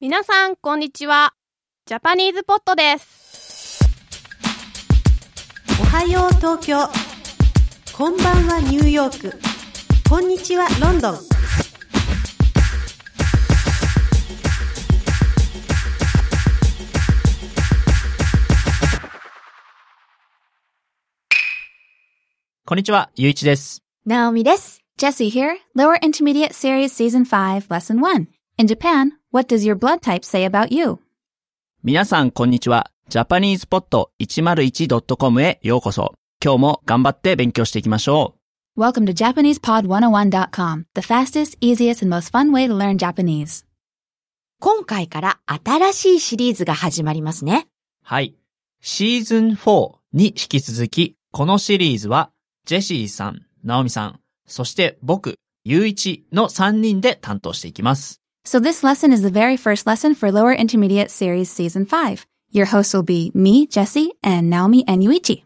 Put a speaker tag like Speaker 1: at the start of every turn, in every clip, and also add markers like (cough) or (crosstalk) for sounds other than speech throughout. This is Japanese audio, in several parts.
Speaker 1: 皆さん、こんにちは。ジャパニーズポットです。
Speaker 2: おはよう東京こんばんはニューヨークこんにちはロンドン
Speaker 3: こんにちは、ゆういちです。
Speaker 4: Naomi des. Jesse here. Lower Intermediate Series Season 5, Lesson 1. In Japan, what does your blood type say about you?
Speaker 3: 皆さん、こんにちは。ジャパニーズポット 101.com へようこそ。今日も頑張って勉強していきましょ
Speaker 4: Welcome to JapanesePod101.com, the fastest, easiest, and most fun way to learn Japanese.
Speaker 5: 今回から新しいシリーズが始まりますね。
Speaker 3: う。はい。シーズン4に引き続き、このシリーズは、ジェシーさん、ナオミさん、そして僕、ゆういちの3人で担当していきます。
Speaker 4: So this lesson is the very first lesson for Lower Intermediate Series Season 5. Your hosts will be me, Jesse, and Naomi and Yuichi.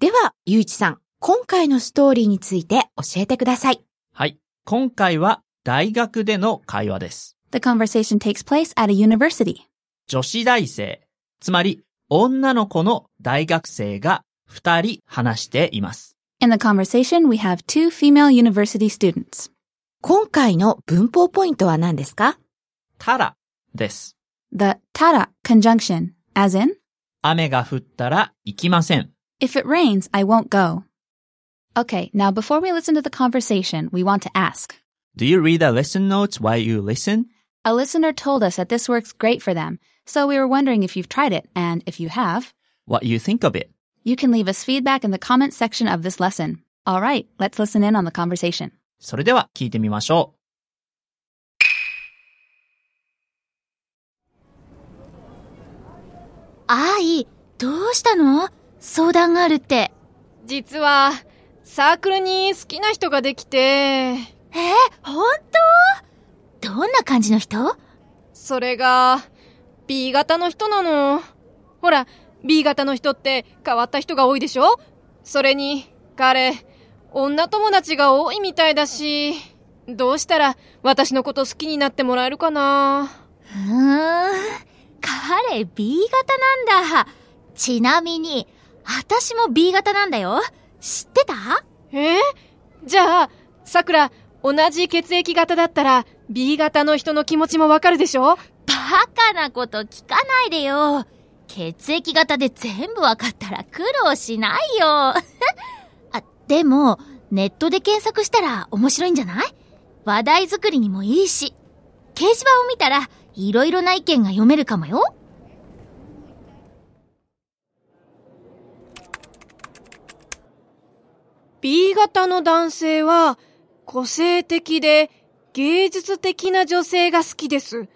Speaker 5: では、ゆういちさん、今回のストーリーについて教えてください。
Speaker 3: はい。今回は、大学での会話です。
Speaker 4: The conversation takes place at a university.
Speaker 3: 女子大生、つまり、女の子の大学生が2人話しています。
Speaker 4: In the conversation, we have two female university students.
Speaker 5: 今回の文法ポイントは何ですか
Speaker 3: たらです。
Speaker 4: The tara conjunction, as in,
Speaker 3: 雨が降ったら行きません。
Speaker 4: If it rains, I won't go. Okay, now before we listen to the conversation, we want to ask.
Speaker 3: Do you read the lesson notes while you listen?
Speaker 4: A listener told us that this works great for them, so we were wondering if you've tried it, and if you have,
Speaker 3: What you think of it?
Speaker 4: you can leave us feedback in the comments section of this lesson. All right, let's listen in on the conversation.
Speaker 3: それでは聞いてみましょ
Speaker 6: あーい、どうしたの相談があるって。
Speaker 1: 実は、サークルに好きな人ができて、
Speaker 6: えー、本当どんな感じの人
Speaker 1: それが、B 型の人なの。ほら、B 型の人って変わった人が多いでしょそれに、彼、女友達が多いみたいだし、どうしたら私のこと好きになってもらえるかな
Speaker 6: うーん、彼 B 型なんだ。ちなみに、私も B 型なんだよ。知ってた
Speaker 1: えじゃあ、桜、同じ血液型だったら、B 型の人の気持ちもわかるでしょ
Speaker 6: バカなこと聞かないでよ。血液型で全部わかったら苦労しないよ。 (laughs) あ、でも、ネットで検索したら面白いんじゃない話題作りにもいいし。掲示板を見たら、いろいろな意見が読めるかもよ。
Speaker 1: B 型の男性は、個性的で芸術的な女性が好きです。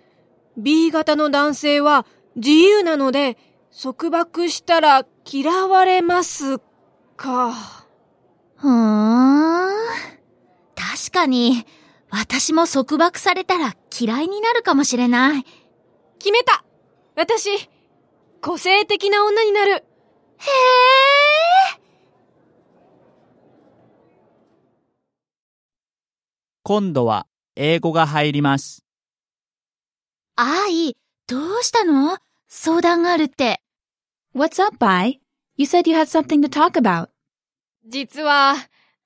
Speaker 1: B 型の男性は自由なので、束縛したら嫌われますか。
Speaker 6: ふーん。確かに、私も束縛されたら嫌いになるかもしれない。
Speaker 1: 決めた私、個性的な女になる
Speaker 3: う。今度は英語が入ります。
Speaker 6: あーい、どうしたの相談があるって。
Speaker 4: What's up, Bai? You said you had something to talk about.
Speaker 1: 実は、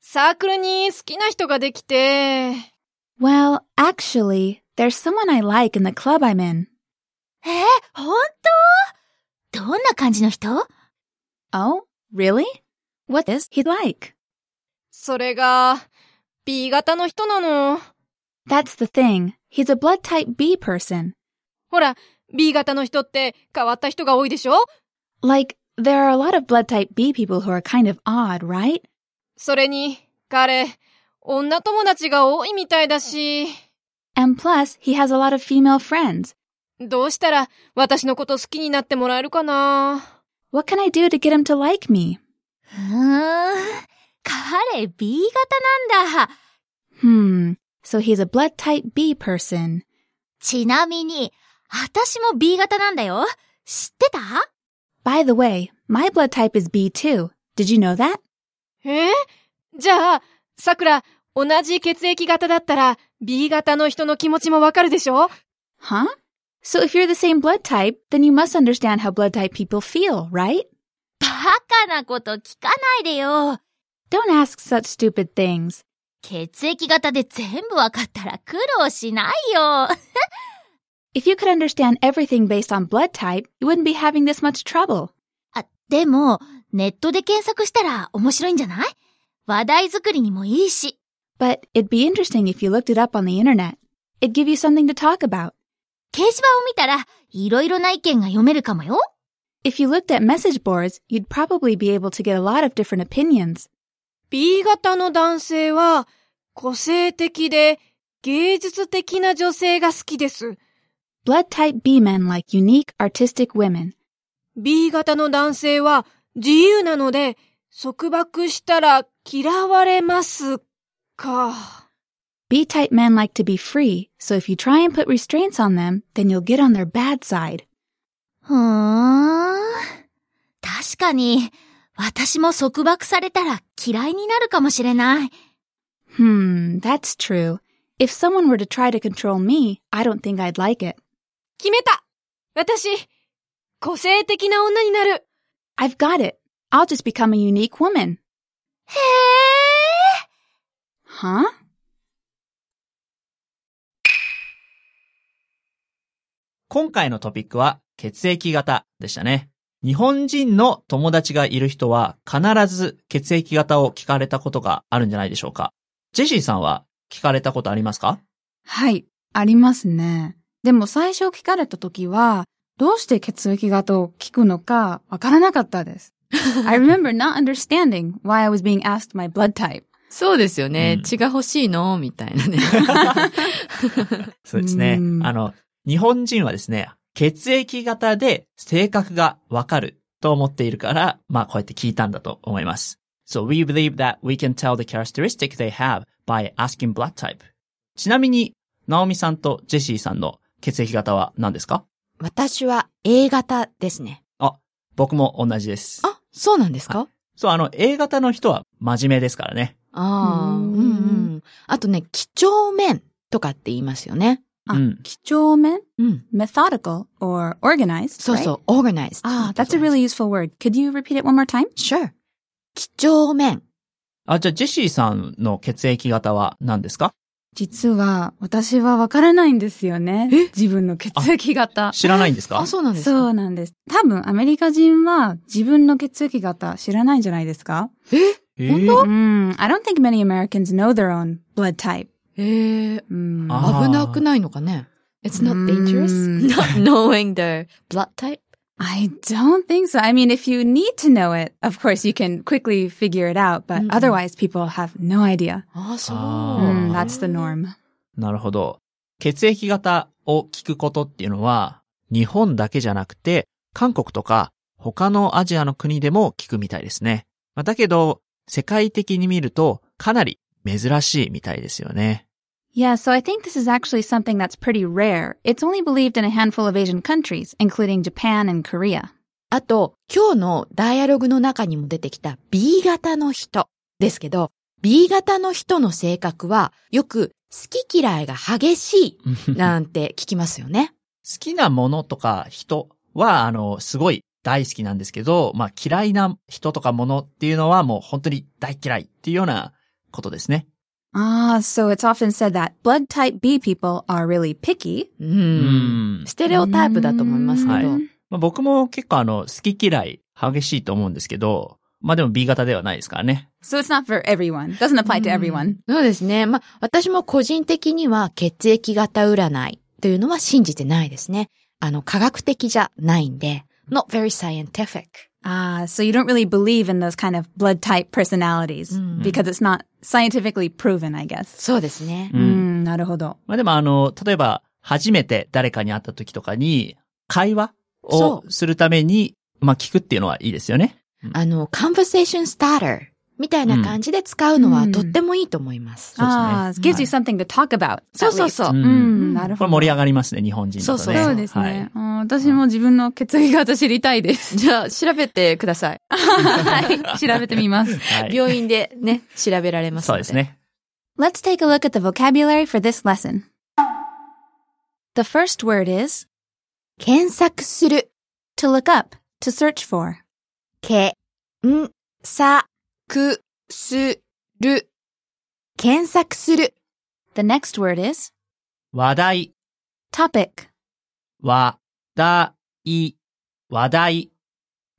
Speaker 1: サークルに好きな人ができて、
Speaker 4: Well, actually, there's someone I like in the club I'm in.
Speaker 6: えー、本当どんな感じの人
Speaker 4: Oh, really? What is he like?
Speaker 1: それが、B 型の人なの。
Speaker 4: That's the thing. He's a blood type B person.
Speaker 1: ほら、B 型の人って変わった人が多いでしょ
Speaker 4: Like, there are a lot of blood type B people who are kind of odd, right?
Speaker 1: それに、彼、女友達が多いみたいだし、
Speaker 4: And plus, he has a lot of female friends.
Speaker 1: どうしたら私のこと好きになってもらえるかな
Speaker 4: What can I do to get him to like me?
Speaker 6: うーん。彼 B 型なんだ。
Speaker 4: Hmm. So he's a blood type B person.
Speaker 6: ちなみに、私も B 型なんだよ。知ってた
Speaker 4: By the way, my blood type is B too. Did you know that?
Speaker 1: えじゃあ、桜、同じ血液型だったら B 型の人の気持ちもわかるでしょ
Speaker 4: Huh? So if you're the same blood type, then you must understand how blood type people feel, right?
Speaker 6: バカなこと聞かないでよ。
Speaker 4: Don't ask such stupid things.
Speaker 6: 血液型で全部わかったら苦労しないよ。
Speaker 4: If you could understand everything based on blood type, you wouldn't be having this much trouble.
Speaker 6: あ、でも、ネットで検索したら面白いんじゃない話題作りにもいいし。
Speaker 4: But it'd be interesting if you looked it up on the internet. It'd give you something to talk about.
Speaker 6: 掲示板を見たら、いろいろな意見が読めるかもよ。
Speaker 4: If you looked at message boards, you'd probably be able to get a lot of different opinions.
Speaker 1: B 型の男性は個性的で芸術的な女性が好きです。
Speaker 4: Blood type B men like unique, artistic women.
Speaker 1: B 型の男性は自由なので束縛したら嫌われますか。
Speaker 4: B type men like to be free, so if you try and put restraints on them, then you'll get on their bad side.
Speaker 6: ふーん。確かに、私も束縛されたら嫌いになるかもしれない。
Speaker 4: Hmm, that's true. If someone were to try to control me, I don't think I'd like it.
Speaker 1: 決めた私、個性的な女になる
Speaker 4: I've got it. I'll just become a unique woman.
Speaker 6: へえ
Speaker 4: Huh?
Speaker 3: 今回のトピックは血液型でしたね。日本人の友達がいる人は必ず血液型を聞かれたことがあるんじゃないでしょうか。ジェシーさんは聞かれたことありますか
Speaker 7: はい、ありますね。でも最初聞かれた時は、どうして血液型を聞くのかわからなかったです。
Speaker 4: I remember not understanding why I was being asked my blood type.
Speaker 8: そうですよね。
Speaker 3: うん
Speaker 8: 血が欲しいのみたいなね。
Speaker 3: そうですね
Speaker 7: う。ん
Speaker 3: あの、日本人はですね、血液型で性格がわかると思っているから、まあこうやって聞いたんだと思います。So we believe that we can tell the characteristic they have by asking blood type. ちなみに、ナオミさんとジェシーさんの血液型は何ですか
Speaker 5: (laughs) 私は A 型ですね。
Speaker 3: 僕も同じです。
Speaker 8: あ、そうなんですか
Speaker 3: そう、あの、A 型の人は真面目ですからね。
Speaker 8: ああ、
Speaker 7: う
Speaker 8: うんんうん。あとね、几帳面とかって言いますよね。
Speaker 4: Ah,
Speaker 3: うん。
Speaker 4: 几帳面,
Speaker 8: うん。
Speaker 4: methodical, or organized.
Speaker 8: そう
Speaker 4: right?
Speaker 8: そう、organized.
Speaker 4: Ah, that's a really useful word. Could you repeat it one more time?
Speaker 5: Sure. 几帳面。
Speaker 3: あ、じゃあ、ジェシーさんの血液型は何ですか
Speaker 7: 実は、私はわからないんですよね。
Speaker 8: え
Speaker 7: 自分の血液型。
Speaker 3: 知らないんですか
Speaker 8: あ、そうなんですか
Speaker 7: そうなんです。多分、アメリカ人は自分の血液型知らないんじゃないですか
Speaker 3: え
Speaker 8: 本
Speaker 3: ー
Speaker 4: Mm, I don't think many Americans know their own blood type.
Speaker 8: ええ
Speaker 7: Mm.
Speaker 3: あ
Speaker 5: Ah.
Speaker 3: ー
Speaker 8: 危なくないのかね ?It's not
Speaker 7: う
Speaker 8: dangerous?
Speaker 5: (laughs)
Speaker 7: ん
Speaker 8: Not knowing their blood type?
Speaker 7: I don't think so. I mean, if you need to know it, of course you can quickly figure it out, but
Speaker 4: Mm-hmm.
Speaker 8: Mm-mm.
Speaker 7: otherwise people have no idea.
Speaker 8: ああ、そう。
Speaker 5: Ah.
Speaker 3: あー
Speaker 7: Mm, that's the norm.
Speaker 3: なるほど。血液型を聞くことっていうのは、日本だけじゃなくて、韓国とか他のアジアの国でも聞くみたいですね。まあだけど、世界的に見るとかなり珍しいみたいですよね。
Speaker 4: Yeah, so I think this is actually something that's pretty rare. It's only believed in a handful of Asian countries, including Japan and Korea.
Speaker 5: あと、今日のダイアログの中にも出てきた B 型の人ですけど、B 型の人の性格はよく好き嫌いが激しいなんて聞きますよね。
Speaker 3: (laughs) 好きなものとか人は、あの、すごい大好きなんですけど、まあ嫌いな人とかものっていうのはもう本当に大嫌いっていうようなことですね。
Speaker 4: Ah, so it's often said that blood type B people are really picky.
Speaker 8: う。
Speaker 3: うんん
Speaker 8: ステレオタイプだと思いますけど。
Speaker 7: Mm.
Speaker 3: はいまあ、僕も結構あの、好き嫌い激しいと思うんですけど、まあでも B 型ではないですからね。
Speaker 7: So it's not for everyone. Doesn't apply
Speaker 4: Mm.
Speaker 7: to everyone.
Speaker 5: そうですね。まあ、私も個人的には血液型占いというのは信じてないですね。あの、科学的じゃないんで、not very scientific。
Speaker 4: Ah, so you don't really believe in those kind of blood type personalities because it's not scientifically proven, I guess.
Speaker 5: そうですね。
Speaker 7: Mm, なるほど。
Speaker 3: まあでもあの、例えば、初めて誰かに会った時とかに、会話を
Speaker 5: そ
Speaker 3: するために、まあ聞くっていうのはいいですよね。
Speaker 5: あの、conversation starter みたいな感じで使うの
Speaker 7: う
Speaker 5: は
Speaker 7: ん
Speaker 5: とってもいいと思います。 (laughs)
Speaker 3: そうですね。
Speaker 4: Ah, it gives you something to talk about. Mm,
Speaker 5: そうそうそう。
Speaker 3: うん
Speaker 7: うん、
Speaker 3: これ盛り上がりますね、日本人だとね。
Speaker 8: そうそう
Speaker 7: そうです
Speaker 3: はい
Speaker 7: ね。うん
Speaker 4: Oh,
Speaker 7: 私も自分の血液型知りたい
Speaker 4: (laughs)
Speaker 7: です。
Speaker 8: じゃあ、調べてください。
Speaker 7: はい。調べてみます。
Speaker 3: はい
Speaker 8: 病院でね、調べられます
Speaker 3: そ
Speaker 8: の
Speaker 3: うです。ね。
Speaker 4: Let's take a look at the vocabulary for this lesson. The first word is
Speaker 5: 検索する。
Speaker 4: To look up, to search for.
Speaker 5: け、ん、さ、く、す、る。検索する。
Speaker 4: The next word is
Speaker 3: 話題、
Speaker 4: topic.
Speaker 3: わ、だ、い、話題。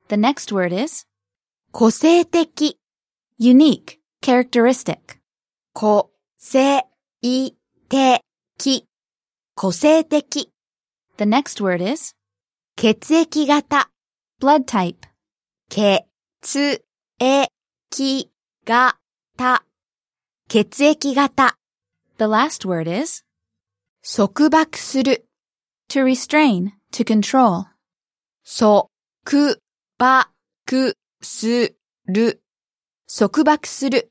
Speaker 4: The next word is
Speaker 5: 個性的。
Speaker 4: unique, characteristic.
Speaker 5: 個性的。個性的。
Speaker 4: The next word is
Speaker 5: 血液型。
Speaker 4: blood type.
Speaker 5: 血液型。血液型。
Speaker 4: The last word is
Speaker 5: 束縛する。
Speaker 4: to restrain, to control.
Speaker 5: 束縛する。束縛する。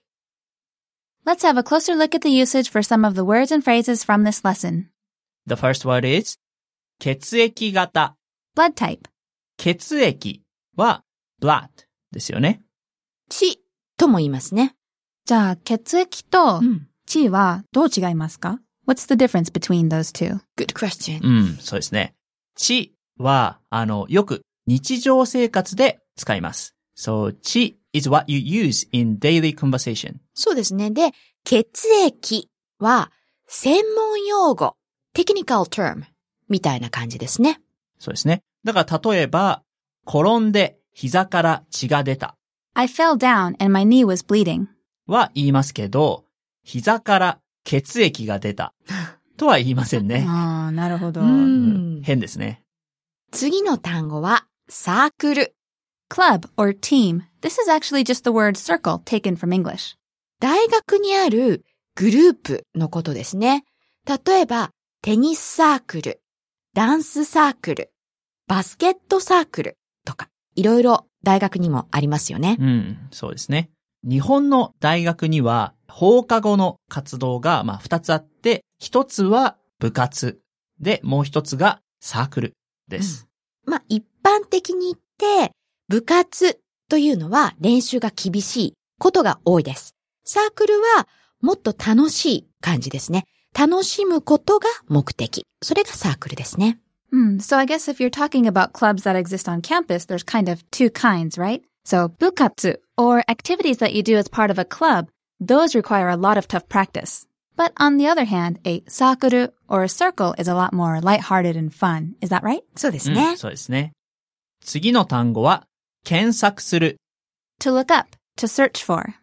Speaker 4: Let's have a closer look at the usage for some of the words and phrases from this lesson.
Speaker 3: The first word is 血液型。
Speaker 4: Blood type,
Speaker 3: 血液は blood ですよね。
Speaker 5: 血とも言いますね。
Speaker 7: じゃあ、血液と
Speaker 5: ん。
Speaker 7: 血はどう違いますか
Speaker 4: what's the difference between those two?
Speaker 5: Good question.
Speaker 3: うん、そうですね。血は、あの、よく日常生活で使います。So, 血 is what you use in daily conversation.
Speaker 5: そうですね。で、血液は専門用語、technical term みたいな感じですね。
Speaker 3: そうですね。だから例えば、転んで膝から血が出た
Speaker 4: I fell down and my knee was bleeding.
Speaker 3: は言いますけど、膝から血液が出たとは言いませんね。
Speaker 4: Ah,
Speaker 7: ああ、なるほど。
Speaker 5: うん
Speaker 3: うん変ですね。
Speaker 5: 次の単語はサークル。
Speaker 4: Club or team. This is actually just the word circle taken from English.
Speaker 5: 大学にあるグループのことですね。例えば、テニスサークル、ダンスサークル、バスケットサークルとか、いろいろ大学にもありますよね。
Speaker 3: うん、そうですね。日本の大学には放課後の活動が、まあ、二つあって、一つは部活で、もう一つがサークルです。
Speaker 5: まあ、一般的に言って、部活というのは練習が厳しいことが多いです。サークルはもっと楽しい感じですね。楽しむことが目的。それがサークルですね。
Speaker 4: Hmm, so I guess if you're talking about clubs that exist on campus, there's kind of two kinds, right? So bukatsu, or activities that you do as part of a club, those require a lot of tough practice. But on the other hand, a sakuru or a circle is a lot more lighthearted and fun. Is that right?
Speaker 5: そうです
Speaker 3: うん
Speaker 5: ね。
Speaker 3: そうですね。次の単語は、検索する、
Speaker 4: To look up, to search for.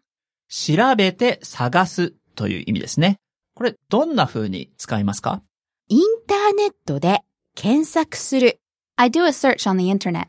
Speaker 3: 調べて探すという意味ですね。これ、どんな風に使いますか
Speaker 5: インターネットで検索する。
Speaker 4: I do a search on the internet.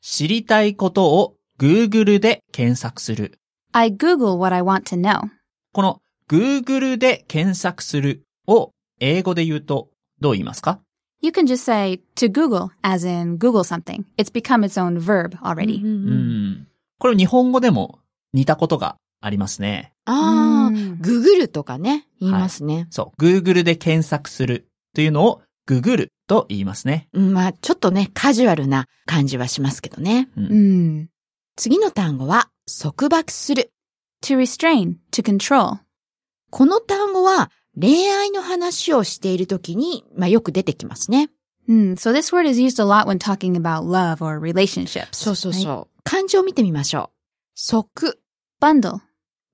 Speaker 3: 知りたいことを Google で検索する。
Speaker 4: I Google what I want to know.
Speaker 3: この Google で検索するを英語で言うとどう言いますか
Speaker 4: You can just say to Google, as in Google something. It's become its own verb
Speaker 5: Mm-hmm.
Speaker 4: already.
Speaker 3: うん。これ日本語でも似たことがありますね。
Speaker 5: あ
Speaker 4: Ah,
Speaker 5: あ、
Speaker 7: うん
Speaker 5: ググるとかね、言いますね。
Speaker 3: そう。Google で検索するというのを Google と言いますね。
Speaker 5: うんまあ、ちょっとね、カジュアルな感じはしますけどね。
Speaker 3: うん
Speaker 4: Hmm.
Speaker 7: うん。
Speaker 5: 次の単語は、束縛する。
Speaker 4: To restrain, to control.
Speaker 5: この単語は、恋愛の話をしているときに、まあ、よく出てきますね。
Speaker 4: Hmm, so this word is used a lot when talking about love or relationships.
Speaker 5: そうそう
Speaker 4: right?
Speaker 5: そう。漢字を見てみましょう。束
Speaker 4: Bundle,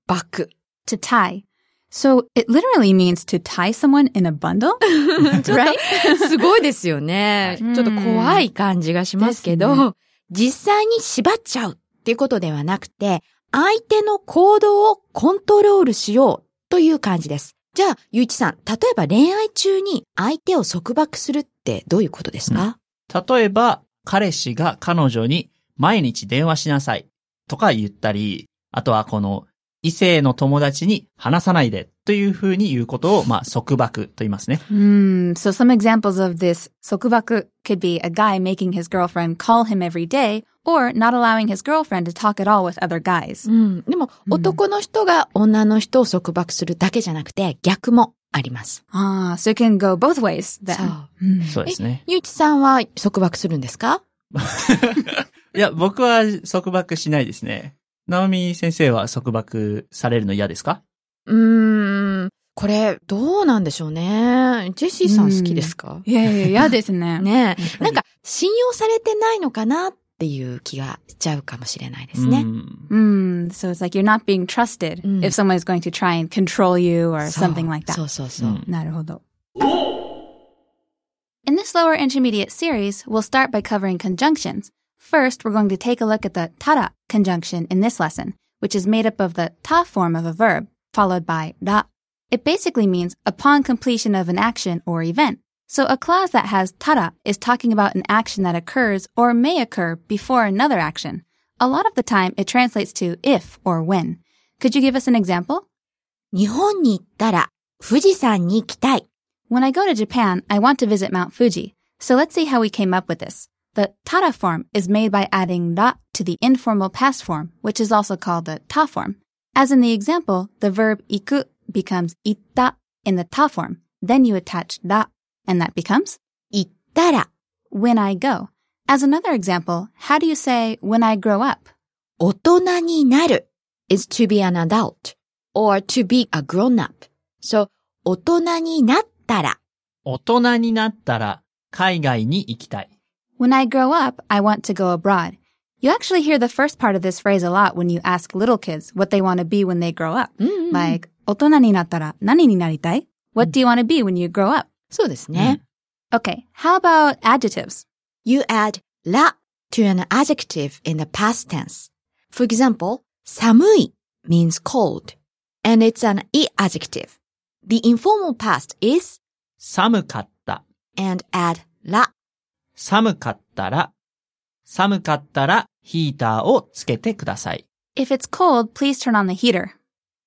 Speaker 5: 縛。
Speaker 4: to tie. So it literally means to tie someone in a bundle,
Speaker 5: ちょっ
Speaker 4: right?
Speaker 5: と (laughs) すごいですよね。
Speaker 7: はい
Speaker 5: ちょっと怖い感じがしますけ
Speaker 7: で
Speaker 5: ど、
Speaker 7: す
Speaker 5: 実際に縛っちゃうっていうことではなくて、相手の行動をコントロールしようという感じです。じゃあ、ゆういちさん、例えば恋愛中に相手を束縛するってどういうことですか、
Speaker 3: 例えば、彼氏が彼女に毎日電話しなさいとか言ったり、あとはこの異性の友達に話さないでというふうに言うことを、まあ、束縛と言いますね。
Speaker 4: Hmm, so some examples of this sokubaku could be a guy making his girlfriend call him every day or not allowing his girlfriend to talk at all with other guys.
Speaker 5: うん。でも、
Speaker 7: うん
Speaker 5: 男の人が女の人を束縛するだけじゃなくて、逆もあります。
Speaker 4: Ah, so it can go both ways then. Hmm.
Speaker 5: そう。
Speaker 7: うん
Speaker 3: そうですね。
Speaker 5: ゆういちさんは束縛するんですか
Speaker 3: いや、僕は束縛しないですね。ナオミ先生は束縛されるの嫌ですか
Speaker 5: うーん、
Speaker 8: これ、どうなんでしょうね。ジェシーさん好きですか、
Speaker 7: いやいや、嫌ですね。
Speaker 5: (laughs)
Speaker 8: ね
Speaker 7: やっ
Speaker 8: え。
Speaker 7: ぱ
Speaker 8: な
Speaker 7: り
Speaker 8: んか、信用されてないのかなっていう気がしちゃうかもしれないですね。
Speaker 3: Mm.
Speaker 4: Hmm,
Speaker 7: Mm, so it's like you're not being trusted
Speaker 8: Mm.
Speaker 7: if someone is going to try and control you or
Speaker 8: そう
Speaker 7: something like
Speaker 8: そ
Speaker 7: that.
Speaker 8: うそうそう。
Speaker 3: Mm.
Speaker 7: なるほど。
Speaker 4: In this lower intermediate series, we'll start by covering conjunctions. First, we're going to take a look at the tara conjunction in this lesson, which is made up of the ta form of a verb, followed by da. It basically means upon completion of an action or event. So a clause that has tara is talking about an action that occurs or may occur before another action. A lot of the time, it translates to if or when. Could you give us an example?
Speaker 5: 日本に行ったら富士山に行きたい。
Speaker 4: When I go to Japan, I want to visit Mount Fuji. So let's see how we came up with this. The tara form is made by adding ra to the informal past form, which is also called the ta form. As in the example, the verb iku becomes itta in the ta form. Then you attach da, and that becomes
Speaker 5: 行ったら
Speaker 4: when I go. As another example, how do you say when I grow up?
Speaker 5: 大人になる is to be an adult or to be a grown up. So 大人になったら
Speaker 3: 大人になったら海外に行きたい。
Speaker 4: When I grow up, I want to go abroad. You actually hear the first part of this phrase a lot when you ask little kids what they want to be when they grow up. Like,
Speaker 7: 大人になったら何になりたい?
Speaker 4: what do you want to be when you grow up?
Speaker 5: そうですね。
Speaker 4: Okay, how about adjectives?
Speaker 5: You add ら to an adjective in the past tense. For example, 寒い means cold and it's an e adjective. The informal past is
Speaker 3: 寒かった。
Speaker 5: and add ら
Speaker 3: 寒かったら、寒かったらヒーターをつけてください。
Speaker 4: If it's cold, please turn on the heater.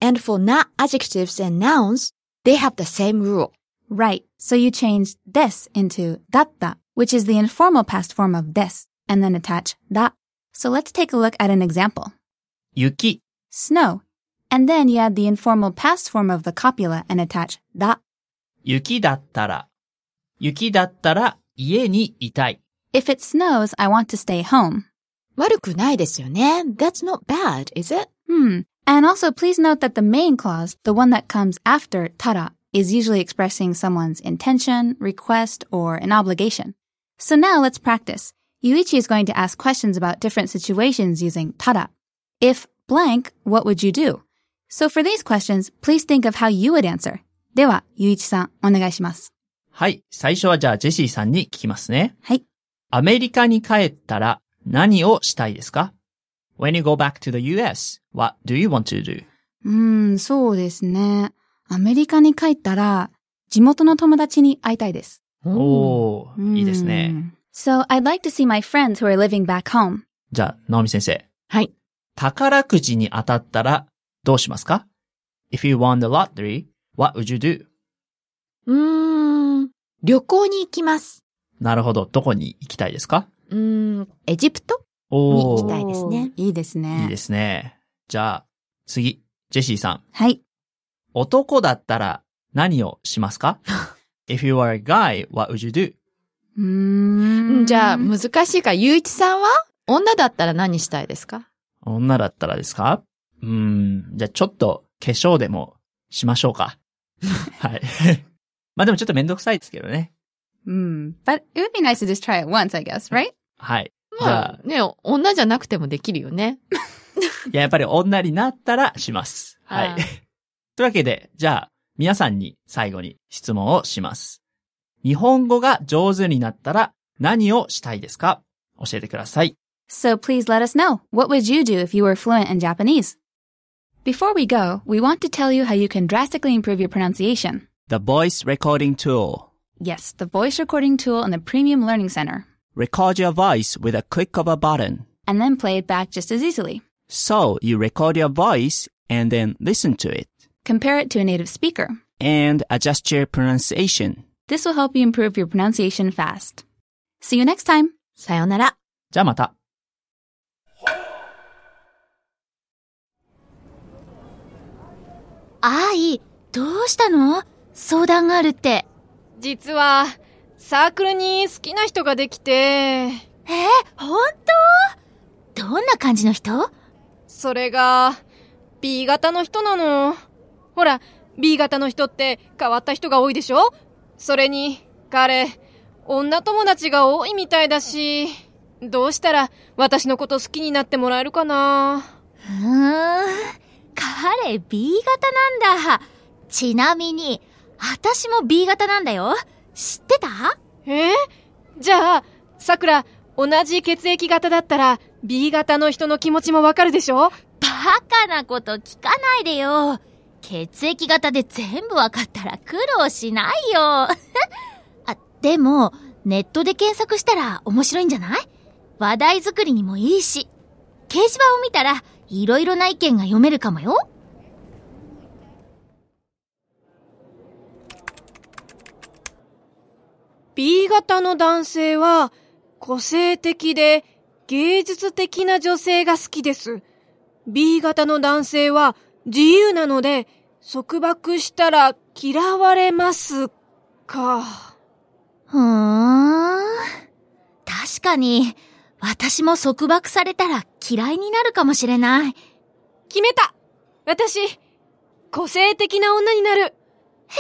Speaker 5: and for na adjectives and nouns, they have the same rule.
Speaker 4: Right, so you change des into datta, which is the informal past form of des, and then attach da. So let's take a look at an example.
Speaker 3: 雪、
Speaker 4: Snow. And then you add the informal past form of the copula and attach da.
Speaker 3: 雪だったら、雪だったら家にいたい。
Speaker 4: If it snows, I want to stay home.
Speaker 5: 悪くないですよね。That's not bad, is it?
Speaker 4: Hmm. And also, please note that the main clause, the one that comes after tara, is usually expressing someone's intention, request, or an obligation. So now let's practice. Yuichi is going to ask questions about different situations using tara. If blank, what would you do? So for these questions, please think of how you would answer. では、Yuichi-san, お願いします。
Speaker 3: はい、最初はじゃあジェシーさんに聞きますね。
Speaker 4: はい。
Speaker 3: アメリカに帰ったら何をしたいですか ?When you go back to the US, what do you want to do?
Speaker 7: う
Speaker 4: Hmm,
Speaker 7: ーん、そうですね。アメリカに帰ったら、地元の友達に会いたいです。
Speaker 3: おー、いいです
Speaker 7: う
Speaker 3: ね。
Speaker 7: ん。
Speaker 4: So I'd like to see my friends who are living back home.
Speaker 3: じゃあ、ナオミ先生。
Speaker 8: はい。
Speaker 3: 宝くじに当たったらどうしますか ?If you won the lottery, what would you do?
Speaker 8: うーん。
Speaker 5: 旅行に行きます。
Speaker 3: なるほど。どこに行きたいですか
Speaker 5: うーん、エジプト
Speaker 3: お
Speaker 5: に行きたいですね。
Speaker 7: いいです
Speaker 3: いい
Speaker 7: ね。
Speaker 3: ですね。じゃあ、次、ジェシーさん。
Speaker 4: はい。
Speaker 3: 男だったら何をしますか ?If you are a guy, what would you do?
Speaker 7: うーん。
Speaker 8: じゃあ、難しいから、ゆういちさんは女だったら何したいですか
Speaker 3: 女だったらですかうーん、じゃあちょっと化粧でもしましょうか。はい。 (laughs) まあでもちょっとめんどくさいですけどね。
Speaker 7: うん。But it would be nice to just try it once, I guess, right?
Speaker 3: はい。じゃ
Speaker 8: まあ、ね、女じゃなくてもできるよね。
Speaker 3: いや、やっぱり女になったらします。は
Speaker 8: あ
Speaker 3: い
Speaker 8: あ。
Speaker 3: (laughs) というわけで、じゃあ、皆さんに最後に質問をします。日本語が上手になったら何をしたいですか教えてください。
Speaker 4: So please let us know. What would you do if you were fluent in Japanese? Before we go, we want to tell you how you can drastically improve your pronunciation.
Speaker 3: The Voice Recording Tool.
Speaker 4: Yes, the voice recording tool in the Premium Learning Center.
Speaker 3: Record your voice with a click of a button.
Speaker 4: And then play it back just as easily.
Speaker 3: So you record your voice and then listen to it
Speaker 4: Compare it to a native speaker.
Speaker 3: and adjust your pronunciation.
Speaker 4: This will help you improve your pronunciation fast. See you next time!
Speaker 5: さよなら。
Speaker 3: じゃあまた。
Speaker 6: あい、どうしたの相談があるって。
Speaker 1: 実は、サークルに好きな人ができて、
Speaker 6: えー、本当どんな感じの人
Speaker 1: それが、B 型の人なの。ほら、 B 型の人って変わった人が多いでしょそれに、彼、女友達が多いみたいだし、どうしたら私のこと好きになってもらえるかな
Speaker 6: うーん。彼 B 型なんだ。ちなみに、私も B 型なんだよ。知ってた
Speaker 1: えじゃあ、桜、同じ血液型だったら B 型の人の気持ちもわかるでしょ
Speaker 6: バカなこと聞かないでよ。血液型で全部わかったら苦労しないよ。 (laughs) あ、でも、ネットで検索したら面白いんじゃない話題作りにもいいし。掲示板を見たら、いろいろな意見が読めるかもよ。
Speaker 1: B 型の男性は個性的で芸術的な女性が好きです。B 型の男性は自由なので束縛したら嫌われますか。
Speaker 6: ふーん。確かに、私も束縛されたら嫌いになるかもしれない。
Speaker 1: 決めた私、個性的な女になる
Speaker 6: え